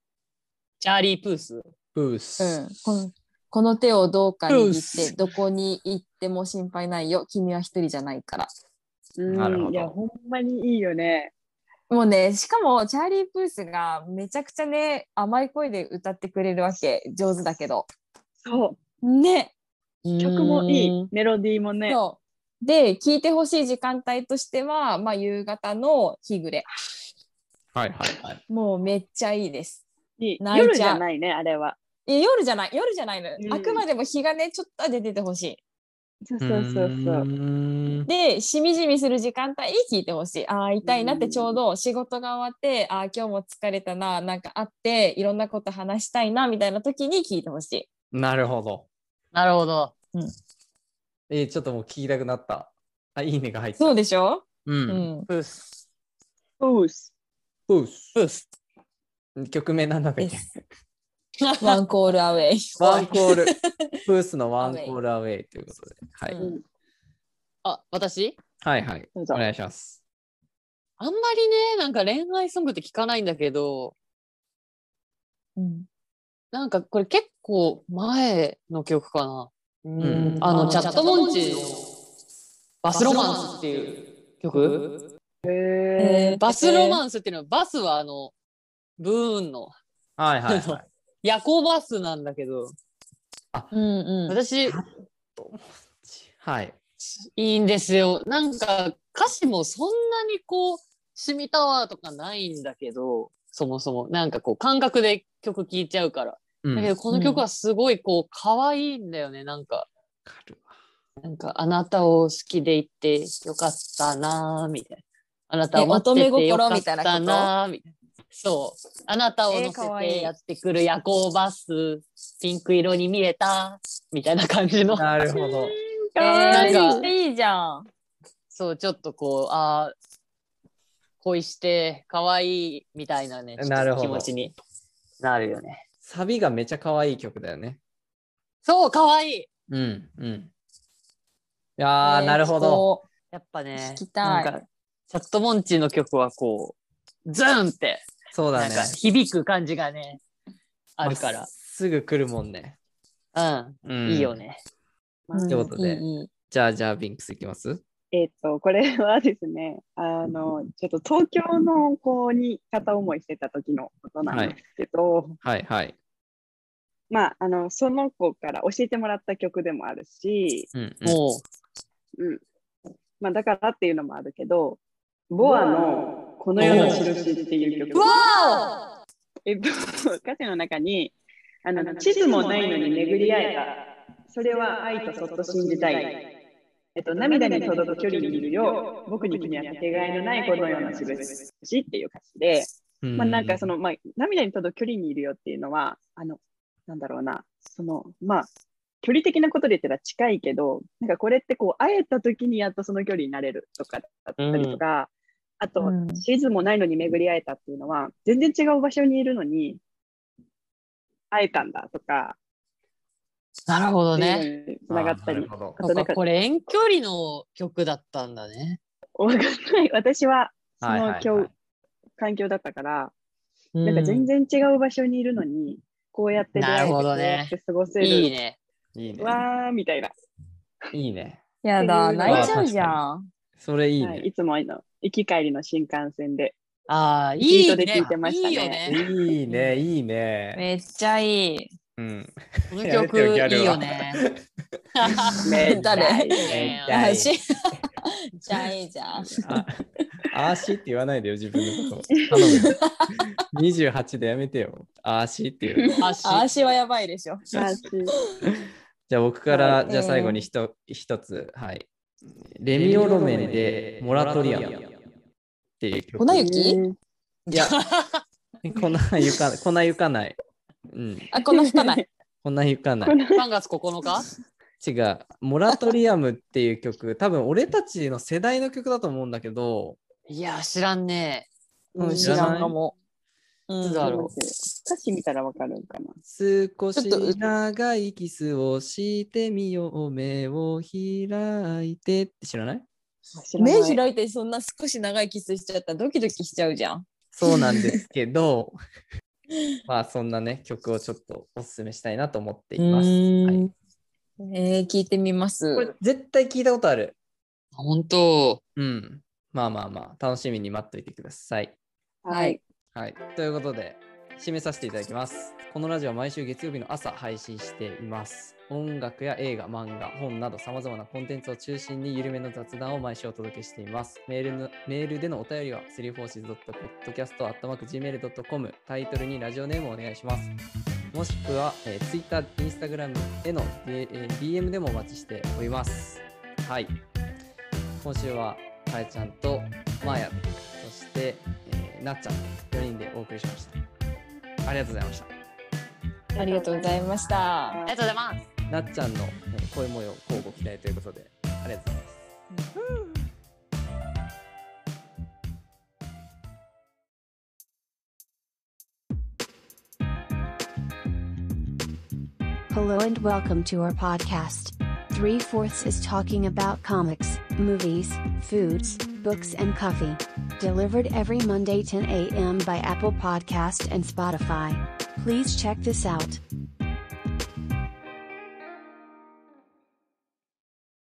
Speaker 2: チャーリー・プース。
Speaker 3: ブー
Speaker 1: うん
Speaker 3: ス。、
Speaker 1: このこの手をどうか
Speaker 2: うっ
Speaker 1: 握って
Speaker 2: す
Speaker 1: どこに行っても心配ないよ君は一人じゃないから
Speaker 4: うん、
Speaker 3: なるほど
Speaker 4: いや、ほんまにいいよね。
Speaker 1: もうねしかもチャーリー・プースがめちゃくちゃね甘い声で歌ってくれるわけ上手だけど
Speaker 4: そ
Speaker 1: ね
Speaker 4: う、曲もいい、メロディーもね。
Speaker 1: そうで聴いてほしい時間帯としては、まあ、夕方の日暮れ
Speaker 3: はいはいはい。
Speaker 1: もうめっちゃいいです
Speaker 4: いい
Speaker 1: 泣いちゃう
Speaker 4: 夜じゃないね、あれは。
Speaker 1: え夜じゃない夜じゃないの、
Speaker 4: うん
Speaker 1: あくまでも日がねちょっと出ててほしい
Speaker 4: そうそうそうそう。
Speaker 3: ーん
Speaker 1: で、しみじみする時間帯聞いてほしい。ああ、痛いなってちょうど仕事が終わって、ああ、今日も疲れたな、なんかあって、いろんなこと話したいな、みたいな時に聞いてほしい。
Speaker 3: なるほど。
Speaker 2: なるほど。
Speaker 3: えーちょっともう聞きたくなった。あ、いいねが入った。
Speaker 1: そう
Speaker 3: で
Speaker 1: でしょう
Speaker 3: う。
Speaker 1: んん。
Speaker 2: ブース。
Speaker 4: そうっす。
Speaker 3: ブース。ブース。曲名なんだっけ
Speaker 1: です。ワンコールアウェイ。
Speaker 3: ワンコール。ブースのワンコールアウェイということで。はい。
Speaker 2: うん
Speaker 4: うん
Speaker 2: あ、私
Speaker 3: はいはい。
Speaker 4: どうぞ
Speaker 3: お。願いします。
Speaker 2: あんまりね、なんか恋愛ソングって聞かないんだけど、
Speaker 1: うん
Speaker 2: なんかこれ結構前の曲かな。
Speaker 3: ん
Speaker 2: あ
Speaker 1: あ
Speaker 2: の、チャットモンチーのバスロマンスっていう曲
Speaker 4: へ
Speaker 1: えー
Speaker 2: バスロマンスっていうのは、バスはあの、ブーンの
Speaker 3: はいはいはい。
Speaker 2: 夜行バスなんだけど、
Speaker 1: うんうん。
Speaker 2: 私、
Speaker 3: はい。
Speaker 2: いいんですよ。なんか歌詞もそんなにこう、シミタワーとかないんだけど、そもそも、なんかこう、感覚で曲聴いちゃうから。
Speaker 3: うん
Speaker 2: だけど、この曲はすごいこう、可愛いんだよね、なんか。
Speaker 3: わかるわ
Speaker 2: なんか、あなたを好きでいてよかったなぁ、みたいな。あなたを
Speaker 1: え
Speaker 2: 待っててよか
Speaker 1: 乙女心
Speaker 2: っ
Speaker 1: みたいなこ
Speaker 2: た
Speaker 1: と
Speaker 2: なぁ、みたいな。そう。あなたを乗
Speaker 1: えー可
Speaker 2: せ
Speaker 1: 愛
Speaker 2: て
Speaker 1: い
Speaker 2: やってくる夜行バス、ピンク色に見えた、みたいな感じの。
Speaker 3: なるほど。
Speaker 1: え
Speaker 2: なんか
Speaker 1: ー、いいじゃん。
Speaker 2: そう、ちょっとこう、ああ、恋して可愛いみたいなね、ちょっと
Speaker 3: なるほど
Speaker 2: 気持ちになるよね。
Speaker 3: サビがめちゃ可愛い曲だよね。
Speaker 2: そう、可愛い
Speaker 3: うん。うん。いやー、
Speaker 1: えー
Speaker 3: なるほど。。
Speaker 2: やっぱね、
Speaker 1: 聞きたい
Speaker 2: なんか、チャットモンチーの曲はこう、ズーンって、
Speaker 3: そう
Speaker 2: な
Speaker 3: だ
Speaker 2: ん
Speaker 3: ね。
Speaker 2: か響く感じがね、あるか
Speaker 3: まっ
Speaker 2: ら。
Speaker 3: すぐ来るもんね。う
Speaker 2: うんん、いいよ。ね。
Speaker 1: うん
Speaker 3: ってことで
Speaker 1: いいいい
Speaker 3: じゃあ、じゃあ、ビンクスいきます
Speaker 4: えっと、これはですね、あの、ちょっと東京の子に片思いしてた時のことなんですけど、
Speaker 3: はいはい。
Speaker 4: まあ、あの、その子から教えてもらった曲でもあるし、
Speaker 3: うん、うん。
Speaker 2: もう、
Speaker 4: うん。まあ、だからっていうのもあるけど、ボアのこの世の印っていう曲。
Speaker 1: わ
Speaker 4: えっと、歌詞の中に、あの、地図もないのに巡り会えた。それは愛とそっと信じたい。えっと、涙に届く距離にいるよ。僕に君はかけがえのないこのような印っていう歌詞で、
Speaker 3: うん
Speaker 4: まあなんかそ、の、まあ、涙に届く距離にいるよっていうのは、あの、なんだろうな、その、まあ、距離的なことで言ったら近いけど、なんかこれってこう、会えた時にやっとその距離になれるとかだったりとか、あと、
Speaker 1: うん
Speaker 4: シーズンもないのに巡り会えたっていうのは、全然違う場所にいるのに、会えたんだとか、
Speaker 2: なるほど
Speaker 4: そう
Speaker 2: ね。
Speaker 4: いうのに繋がった
Speaker 3: あーな
Speaker 4: り
Speaker 3: る、ほど
Speaker 4: あ
Speaker 2: そ
Speaker 4: と
Speaker 2: う
Speaker 4: なん
Speaker 2: か、
Speaker 4: か、
Speaker 2: これ遠距離の曲だったんだね。
Speaker 4: わかんない私はそ
Speaker 3: はいはい
Speaker 4: の
Speaker 3: はい
Speaker 4: 境、環境だったから、
Speaker 2: な
Speaker 4: なんか全然違う場所にいるのに、こうやって出会え
Speaker 2: な
Speaker 4: て
Speaker 2: る
Speaker 4: こ
Speaker 2: ほど
Speaker 4: う
Speaker 2: ね
Speaker 4: やって過ごせる。
Speaker 2: いいね。
Speaker 3: いいね。
Speaker 4: わーみたいな。
Speaker 3: いいね。
Speaker 1: やだ、
Speaker 4: っていうの
Speaker 3: は
Speaker 1: 泣いちゃうじゃん。
Speaker 3: それいい
Speaker 4: はい、
Speaker 3: ね。
Speaker 4: いつもあの行き帰りの新幹線で。
Speaker 2: ああ、いい
Speaker 4: リピ
Speaker 2: ね
Speaker 4: ートで聞いてました
Speaker 2: い
Speaker 4: ね
Speaker 2: いよね。
Speaker 3: いいね、いいね。
Speaker 1: めっちゃいい。
Speaker 3: うん。
Speaker 2: こ
Speaker 3: や
Speaker 2: の
Speaker 3: めてよ
Speaker 2: 曲、
Speaker 3: ギ
Speaker 2: い
Speaker 3: ャルはい
Speaker 2: よね。
Speaker 4: め
Speaker 1: 誰
Speaker 2: ね
Speaker 3: 痛い
Speaker 1: じじゃあいいじゃん。
Speaker 3: あ、あーしって言わないでよ、自分の こと。頼むよ。28でやめてよ。あーしっていう。
Speaker 2: あし
Speaker 1: あ足はやばいでしょ。
Speaker 3: じゃあ僕から、
Speaker 1: い
Speaker 3: じゃあ最後にひと一つ、はい。レミオロメンでモラトリアムっていう曲。
Speaker 1: 粉雪
Speaker 3: いや、こんなゆ か、こんなゆかない。うん、
Speaker 1: あ、この吹か ない。
Speaker 3: こんなゆかない。
Speaker 2: 3月9日
Speaker 3: 違う、モラトリアムっていう曲、多分俺たちの世代の曲だと思うんだけど、
Speaker 2: いや、知らんね
Speaker 3: うん
Speaker 1: 知
Speaker 3: 知らない
Speaker 1: らんかも。う
Speaker 2: いつ
Speaker 1: ん、
Speaker 2: だろう
Speaker 4: 歌詞見たらわかるんかな。
Speaker 3: 少
Speaker 1: ちょっとう
Speaker 3: し長いキスをしてみよう、目を開いてって知らない
Speaker 1: 目
Speaker 4: い。
Speaker 1: 開いてそんな少し長いキスしちゃったらドキドキしちゃうじゃん。
Speaker 3: そうなんですけ ど、まあそんなね、曲をちょっとおすすめしたいなと思っています。はい、
Speaker 1: えー、聞いてみま
Speaker 3: こ
Speaker 1: す
Speaker 3: れ。絶対聞いたことある。
Speaker 2: 本当
Speaker 3: うん。まあまあまあ、楽しみに待っといてください。
Speaker 4: はい。
Speaker 3: はい。ということで、締めさせていただきます。このラジオは毎週月曜日の朝配信しています。音楽や映画、漫画、本など様々なコンテンツを中心に緩めの雑談を毎週お届けしています。メールのメールでのお便りは 3forces.podcast.gmail.com タイトルにラジオネームをお願いします。もしくは、えー、Twitter、Instagram への、えー DM でもお待ちしております。はい。今週は、かえちゃんと、まーや、そして、えーなっちゃん、4人でお送りしました。ありがとうございました。
Speaker 1: ありがとうございました。
Speaker 2: りがとうございます。
Speaker 3: なっちゃんのえー恋模様、交互期待ということで、ありがとうございます。
Speaker 5: Hello and welcome to our podcast. Three Fourths is talking about comics, movies, foods, books, and coffee. Delivered every Monday 10 a.m. by Apple Podcast and Spotify. Please check this out.